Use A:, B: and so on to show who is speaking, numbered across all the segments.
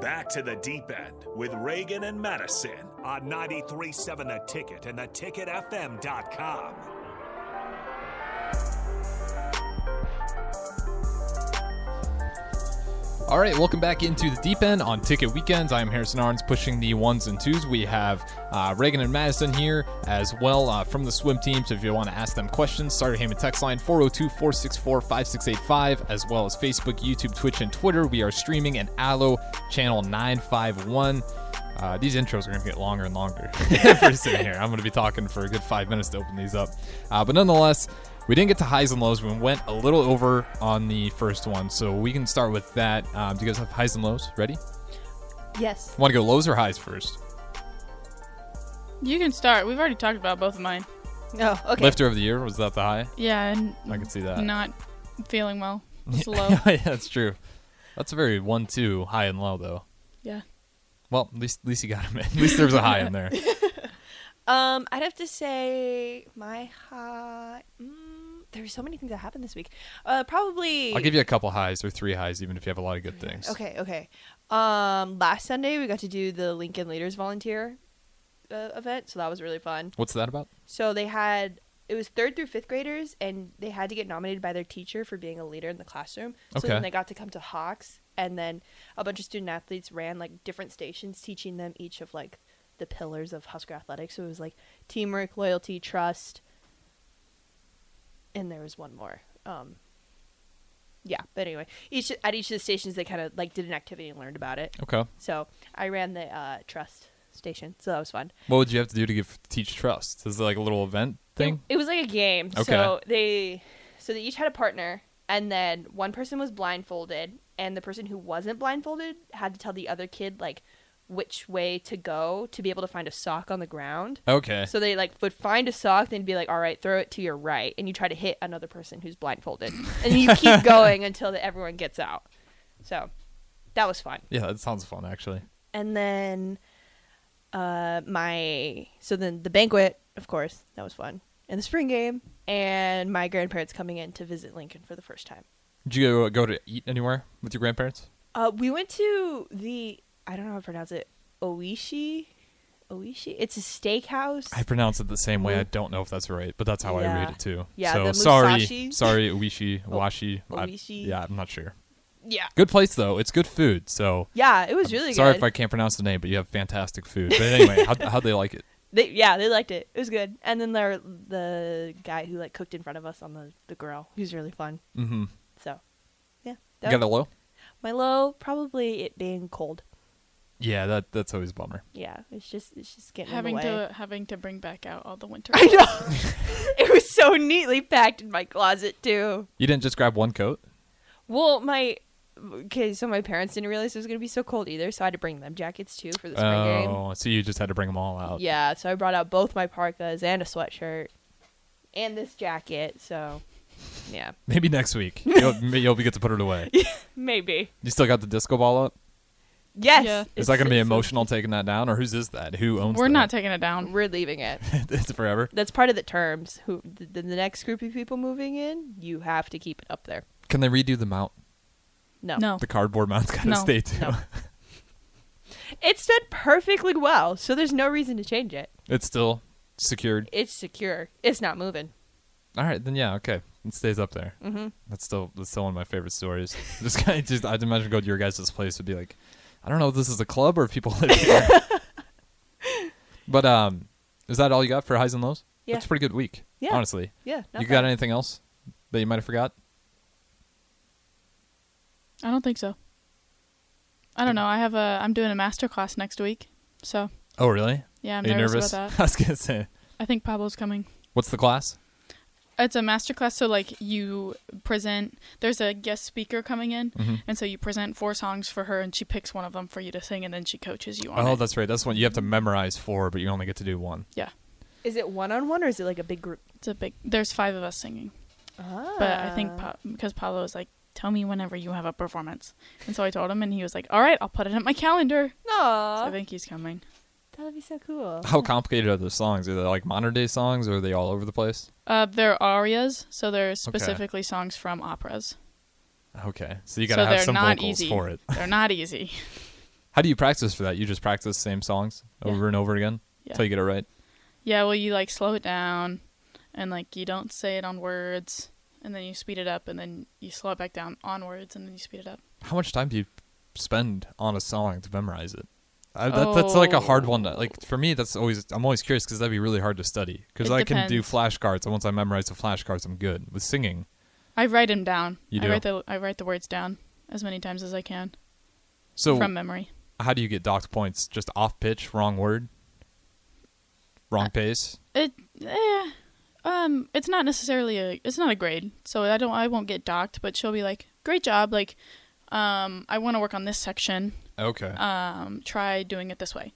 A: Back to the deep end with Reagan and Madison on 93.7 The Ticket and theticketfm.com.
B: All right, welcome back into the deep end on Ticket Weekends. I am Harrison Arns pushing the ones and twos. We have uh, Reagan and Madison here as well uh, from the swim team. So if you want to ask them questions, Starter Heyman text line 402 464 5685, as well as Facebook, YouTube, Twitch, and Twitter. We are streaming in Allo channel 951. Uh, these intros are going to get longer and longer. if we're sitting here, I'm going to be talking for a good five minutes to open these up. Uh, but nonetheless, we didn't get to highs and lows. We went a little over on the first one, so we can start with that. Um, do you guys have highs and lows ready?
C: Yes.
B: Want to go lows or highs first?
D: You can start. We've already talked about both of mine.
C: No. Oh, Okay.
B: Lifter of the year was that the high?
D: Yeah, and
B: I can see that.
D: not feeling well. Slow.
B: yeah, that's true. That's a very one-two high and low though.
D: yeah.
B: Well, at least at least you got him. At least there was a high in there.
C: Um, I'd have to say my high. Mm, there were so many things that happened this week. Uh, probably.
B: I'll give you a couple highs or three highs, even if you have a lot of good things.
C: Okay. Okay. Um, last Sunday we got to do the Lincoln Leaders Volunteer uh, event, so that was really fun.
B: What's that about?
C: So they had it was third through fifth graders, and they had to get nominated by their teacher for being a leader in the classroom. So
B: Okay.
C: then they got to come to Hawks, and then a bunch of student athletes ran like different stations, teaching them each of like the pillars of Husker athletics. So it was like teamwork, loyalty, trust, and there was one more. Um, yeah, but anyway, each at each of the stations they kind of like did an activity and learned about it.
B: Okay.
C: So I ran the uh, trust station, so that was fun.
B: What would you have to do to give teach trust? Is it like a little event thing?
C: It, it was like a game. So they so they each had a partner and then one person was blindfolded and the person who wasn't blindfolded had to tell the other kid like which way to go to be able to find a sock on the ground.
B: Okay.
C: So they like would find a sock, then be like, "All right, throw it to your right," and you try to hit another person who's blindfolded, and you keep going until the, everyone gets out. So that was fun
B: yeah, that sounds fun actually.
C: and then uh my so then the banquet of course that was fun and the spring game and my grandparents coming in to visit lincoln for the first time
B: Did you go, go to eat anywhere with your grandparents?
C: uh we went to the i don't know how to pronounce it oishi oishi it's a steakhouse
B: I pronounce it the same way. I don't know if that's right, but that's how I
C: Mm. Yeah.
B: read it too.
C: Yeah,
B: So
C: the
B: sorry,
C: Musashi. Oh,
B: sorry, Uishi, Washi. I-
C: Oishi.
B: yeah, I'm not sure.
C: yeah
B: Good place though. It's good food. So
C: yeah it was really
B: sorry
C: good
B: if I can't pronounce the name, but you have fantastic food. But anyway, how how'd they like it?
C: they, yeah they liked it it was good and then there the guy who like cooked in front of us on the the grill he was really fun
B: Mm-hmm.
C: so yeah
B: You
C: that
B: got
C: was-
B: a low?
C: my low probably it being cold
B: Yeah, that that's always a bummer.
C: Yeah, it's just it's just getting
D: Having
C: in the way.
D: to having to bring back out all the winter.
C: I know. it was so neatly packed in my closet too.
B: You didn't just grab one coat.
C: Well, my okay, so my parents didn't realize it was gonna be so cold either, so I had to bring them jackets too for the spring
B: Oh, so you just had to bring them all
C: game.
B: out.
C: Yeah, so I brought out both my parkas and a sweatshirt and this jacket. So, yeah,
B: Maybe next week you'll, you'll be good to put it away.
C: maybe.
B: You still got the disco ball up.
C: Yes.
D: Yeah. Is
B: Is that going to be
C: it's-
B: emotional taking that down, or whose is that? Who owns?
D: We're
B: that?
D: not taking it down.
C: We're leaving it.
B: it's forever.
C: That's part of the terms. Who the, the next group of people moving in, you have to keep it up there.
B: Can they redo the mount?
C: No.
D: No.
B: The cardboard mount's got to
D: No.
B: stay too.
C: No. It's done perfectly well, so there's no reason to change it.
B: It's still secured.
C: It's secure. It's not moving.
B: All right, then yeah, okay, it stays up there. Mm-hmm. That's still that's still one of my favorite stories. just kind of just I'd imagine go to your guys' place would be like, I don't know if this is a club or if people live here. but um, is that all you got for highs and lows?
C: Yeah.
B: that's a pretty good week.
C: Yeah.
B: honestly.
C: Yeah. Not
B: you got anything else that you might have forgot?
D: I don't think so. I don't know. I have a. I'm doing a master class next week, so
B: Oh really?
D: yeah, I'm
B: Are you nervous?
D: nervous, about
B: I
D: that.
B: was gonna say,
D: I think Pablo's coming.
B: what's the class?
D: It's a master class, so like you present. There's a guest speaker coming in,
B: Mm-hmm.
D: and so you present four songs for her, and she picks one of them for you to sing, and then she coaches you on
B: Oh,
D: it.
B: that's right. That's one you have to memorize four, but you only get to do one.
D: yeah,
C: Is it one on one or is it like a big group?
D: it's a big. There's five of us singing.
C: Ah.
D: But I
B: Uh.
D: think pa- because Paolo was like, "Tell me whenever you have a performance," and so I told him, and he was like, "All right, I'll put it in my calendar." So I
C: No.
D: think he's coming.
C: That'd be so cool.
B: How complicated are the songs? Are they like modern day songs, or are they all over the place?
D: Uh, they're arias, so they're specifically songs from operas.
B: Okay, so you gotta
D: so
B: have
D: they're
B: some
D: not
B: vocals
D: easy.
B: for it.
D: They're not easy.
B: How do you practice for that? You just practice the same songs
D: Yeah.
B: over and over again
D: Yeah.
B: until you get it right.
D: Yeah, well, you like slow it down, and like you don't say it on words, and then you speed it up, and then you slow it back down on words, and then you speed it up.
B: How much time do you spend on a song to memorize it? I, that, That's like a hard one. To, like for me, that's always I'm always curious because that'd be really hard to study. Because
D: Oh. It
B: I can do
D: depends.
B: flashcards, and once I memorize the flashcards, I'm good with singing.
D: I write them down.
B: You
D: I
B: do?
D: write the I write the words down as many times as I can
B: So
D: from memory.
B: how do you get docked points? Just off pitch, wrong word, wrong pace.
D: It, eh, um, it's not necessarily a it's not a grade, so I don't I won't get docked, but she'll be like, great job, like, um, I want to work on this section.
B: Okay.
D: Um, try doing it this way,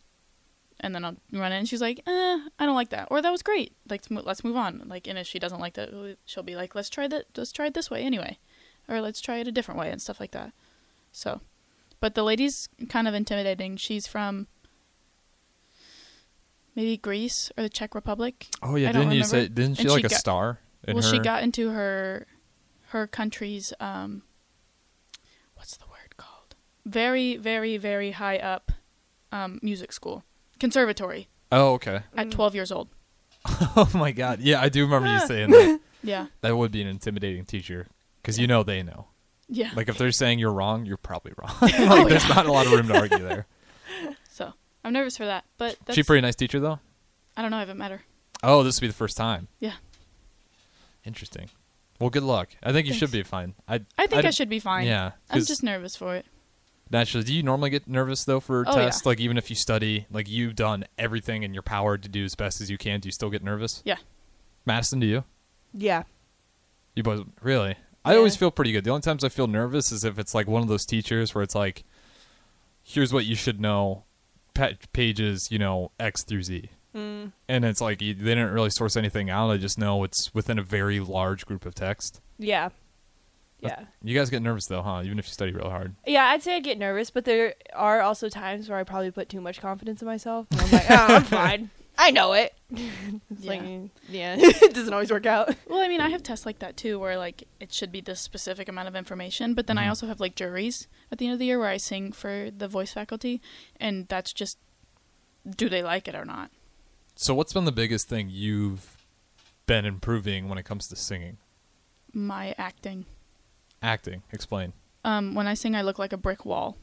D: and then I'll run it, and she's like, eh, I don't like that, or that was great, like let's mo- let's move on. Like, and if she doesn't like that, she'll be like, let's try that, let's try it this way anyway, or let's try it a different way and stuff like that. So, but the lady's kind of intimidating. She's from. Maybe Greece or the Czech Republic.
B: oh yeah,
D: I don't
B: didn't you
D: remember.
B: say? Didn't she
D: And she
B: like a
D: got-
B: star? In
D: well, she
B: her-
D: got into her her country's um, what's the word called? Very, very, very high up um, music school conservatory
B: Oh okay.
D: at 12 years old.
B: Oh my god. Yeah, I do remember you saying that.
D: Yeah,
B: That would be an intimidating teacher because you know they know.
D: yeah. Oh,
B: Like if they're saying you're wrong, you're probably wrong. like there's not a lot of room to argue there.
D: so I'm nervous for that, but that's,
B: She pretty nice teacher though.
D: I don't know. I haven't met her.
B: Oh, this would be the first time.
D: Yeah,
B: Interesting. Well, good luck. I think you should
D: Thanks.
B: be fine. I
D: I think I, should be fine.
B: Yeah,
D: I'm
B: 'cause-
D: just nervous for it.
B: Naturally, do you normally get nervous though for
D: Oh, yeah.
B: tests? Like even if you study, like you've done everything in your power to do as best as you can, do you still get nervous?
D: Yeah,
B: Madison, do you?
C: Yeah.
B: You both really? I
C: Yeah.
B: always feel pretty good. The only times I feel nervous is if it's like one of those teachers where it's like, "Here's what you should know," pa- pages you know X through Z,
C: Mm,
B: and it's like you, they didn't really source anything out. I just know it's within a very large group of text.
C: Yeah. Yeah.
B: You guys get nervous though, huh? Even if you study real hard.
C: Yeah, I'd say I get nervous, but there are also times where I probably put too much confidence in myself. And I'm like, oh, I'm fine. I know it. It's
D: yeah.
C: like, yeah, it doesn't always work out.
D: Well, I mean, I have tests like that too, where like it should be this specific amount of information, but then I also have like juries at the end of the year where I sing for the voice faculty, and that's just do they like it or not?
B: So, what's been the biggest thing you've been improving when it comes to singing,
D: My acting.
B: acting? Explain.
D: Um, when I sing, I look like a brick wall,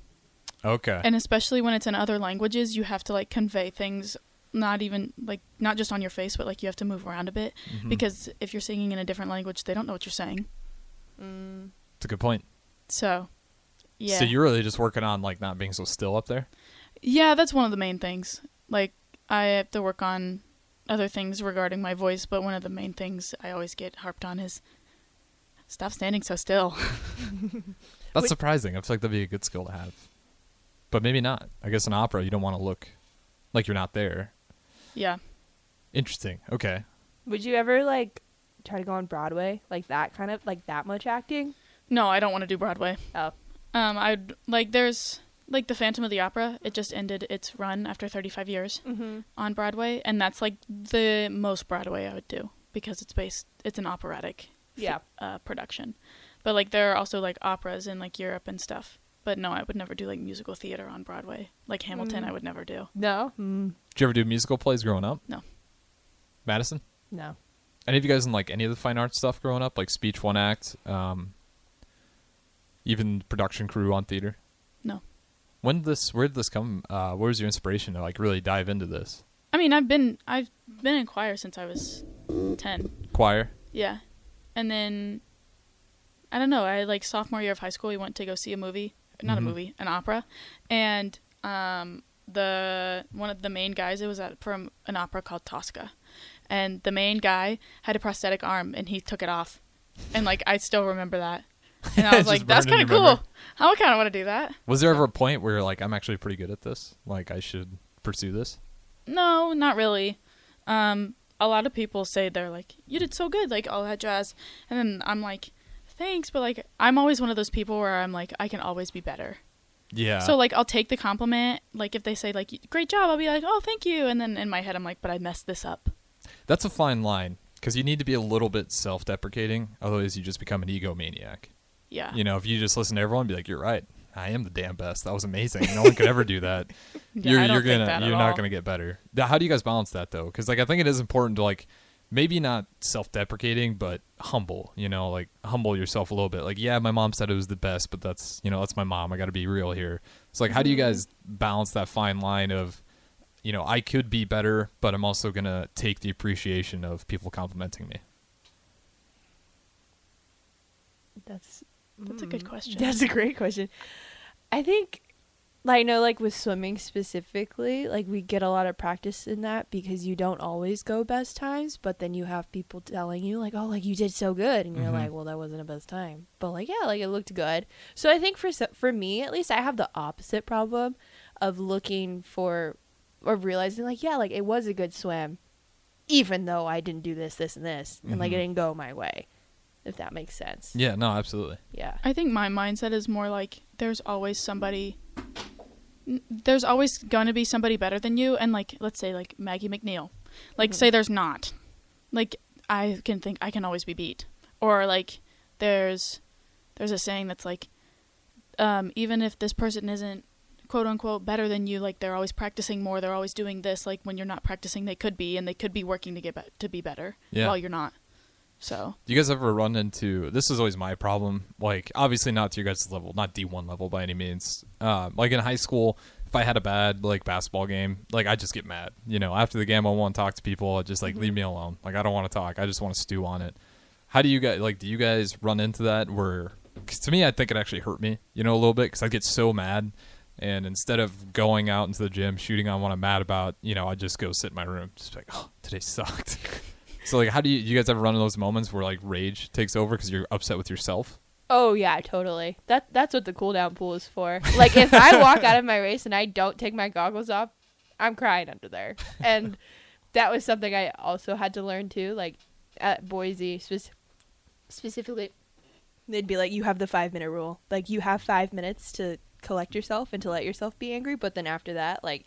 B: Okay.
D: and especially when it's in other languages, you have to like convey things not even like not just on your face, but like you have to move around a bit because if you're singing in a different language, they don't know what you're saying.
B: It's a good point.
D: So, yeah.
B: So you're really just working on like not being so still up there.
D: Yeah, that's one of the main things. Like I have to work on other things regarding my voice, but one of the main things I always get harped on is stop standing so still.
B: That's
C: Wait-
B: surprising. I feel like that'd be a good skill to have, but maybe not. I guess in opera, you don't want to look like you're not there.
D: yeah.
B: Interesting. Okay.
C: Would you ever like try to go on Broadway, like that kind of like that much acting?
D: No, I don't want to do Broadway.
C: Oh,
D: Um I would like there's like The Phantom of the Opera, it just ended its run after 35 years
C: Mm-hmm.
D: on Broadway, and that's like the most Broadway I would do because it's based it's an operatic
C: yeah.
D: uh, production. But like there are also like operas in like Europe and stuff. But no, I would never do like musical theater on Broadway. Like Hamilton, I would never do.
C: No,
B: Did you ever do musical plays growing up,
D: No.
B: Madison?
C: no.
B: Any of you guys in like any of the fine arts stuff growing up, like speech one act, um, even production crew on theater?
D: No.
B: When did this? Where did this come? Uh, where was your inspiration to like really dive into this
D: I mean, I've been I've been in choir since I was 10.
B: choir?
D: Yeah. And then I don't know, I like sophomore year of high school, we went to go see a movie, not
B: Mm-hmm.
D: a movie, an opera. And um the one of the main guys it was at from an opera called Tosca. And the main guy had a prosthetic arm and he took it off. And like I still remember that. And I was
B: Just
D: like that's
B: burned
D: kind
B: in
D: of
B: your memory.
D: cool. I would kind of want to do that.
B: Was there ever a point where you're like, I'm actually pretty good at this. Like I should pursue this.
D: No, not really. Um, a lot of people say they're like, "You did so good," like all that jazz, and then I'm like, "Thanks," but like I'm always one of those people where I'm like, I can always be better.
B: Yeah.
D: So like I'll take the compliment. Like if they say like, "Great job," I'll be like, "Oh, thank you," and then in my head I'm like, "But I messed this up."
B: That's a fine line because you need to be a little bit self-deprecating, otherwise you just become an egomaniac.
D: Yeah.
B: You know, if you just listen to everyone, and be like, "You're right, I am the damn best. That was amazing. No one could ever do that.
D: Yeah,
B: you're
D: I don't
B: you're
D: think
B: gonna
D: that at
B: you're not
D: all.
B: gonna get better. Th- How do you guys balance that though? Because like I think it is important to like maybe not self-deprecating, but humble. You know, like humble yourself a little bit. Like yeah, my mom said it was the best, but that's you know that's my mom. I got to be real here. So like, how do you
D: Mm-hmm.
B: guys balance that fine line of you know I could be better, but I'm also gonna take the appreciation of people complimenting me.
C: That's
D: That's a good question.
C: That's a great question. I think, like, I know, like with swimming specifically, like we get a lot of practice in that because you don't always go best times, but then you have people telling you, like, oh, like you did so good, and you're
B: Mhm.
C: like, well, that wasn't a best time, but like, yeah, like it looked good. So I think for so- for me at least, I have the opposite problem of looking for or realizing, like, yeah, like it was a good swim, even though I didn't do this, this, and this, and like it
B: Mhm.
C: didn't go my way. If that makes sense.
B: Yeah, no, absolutely.
C: Yeah.
D: I think my mindset is more like there's always somebody n- there's always going to be somebody better than you and like let's say like Maggie McNeil. Like say there's not. Like I can think I can always be beat. Or like there's there's a saying that's like um even if this person isn't quote unquote better than you like they're always practicing more they're always doing this like when you're not practicing they could be and they could be working to get be- to be better
B: Yeah.
D: while you're not so
B: Do you guys ever run into this? Is always my problem. Like, obviously not to your guys' level, not D one level by any means. Um, like in high school, if I had a bad like basketball game, like I just get mad. You know, after the game, I won't talk to people. I just like leave me alone. Like I don't want to talk. I just want to stew on it. How do you guys like? Do you guys run into that? Where 'cause to me, I think it actually hurt me. You know, a little bit because I get so mad, and instead of going out into the gym shooting on what I'm mad about, you know, I just go sit in my room, just like, oh, today sucked. So like, how do you you guys ever run into those moments where like rage takes over because you're upset with yourself?
C: Oh yeah, totally. That that's what the cool down pool is for. Like if I walk out of my race and I don't take my goggles off, I'm crying under there. And that was something I also had to learn too. Like at Boise spec- specifically, they'd be like, "You have the five minute rule. Like you have five minutes to collect yourself and to let yourself be angry. But then after that, like."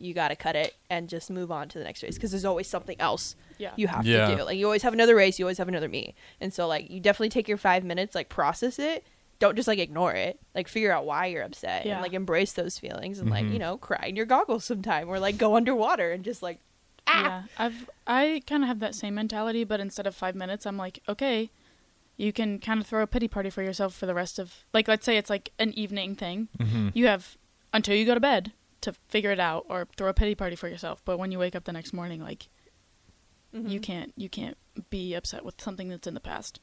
C: You gotta cut it and just move on to the next race because there's always something else
D: yeah.
C: you have
B: Yeah.
C: to do. Like you always have another race, you always have another meet. And so like you definitely take your five minutes, like process it. Don't just like ignore it. Like figure out why you're upset
D: Yeah.
C: and like embrace those feelings and like,
B: Mhm.
C: you know, cry in your goggles sometime or like go underwater and just like
D: Yeah, I've I kind of have that same mentality, but instead of five minutes, I'm like, okay, you can kind of throw a pity party for yourself for the rest of like, let's say it's like an evening thing.
B: Mm-hmm.
D: You have until you go to bed to figure it out or throw a pity party for yourself. But when you wake up the next morning, like, you can't you can't be upset with something that's in the past.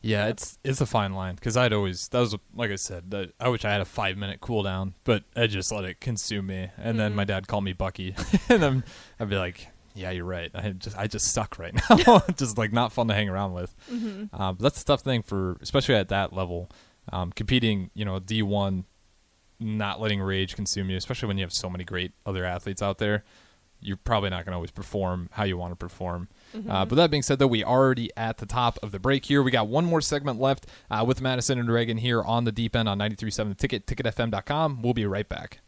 B: Yeah, it's it's a fine line because I'd always that was like I said that I wish I had a five minute cool down, but I just let it consume me. And then my dad called me Bucky, and then I'd be like, "Yeah, you're right. I just I just suck right now. just like not fun to hang around with." Uh, but that's a tough thing for especially at that level, um, competing. You know, D one, not letting rage consume you, especially when you have so many great other athletes out there. You're probably not going to always perform how you want to perform. Uh, but that being said, though, we already at the top of the break here. We got one more segment left uh, with Madison and Reagan here on the deep end on 93.7 The Ticket, ticketfm.com. We'll be right back.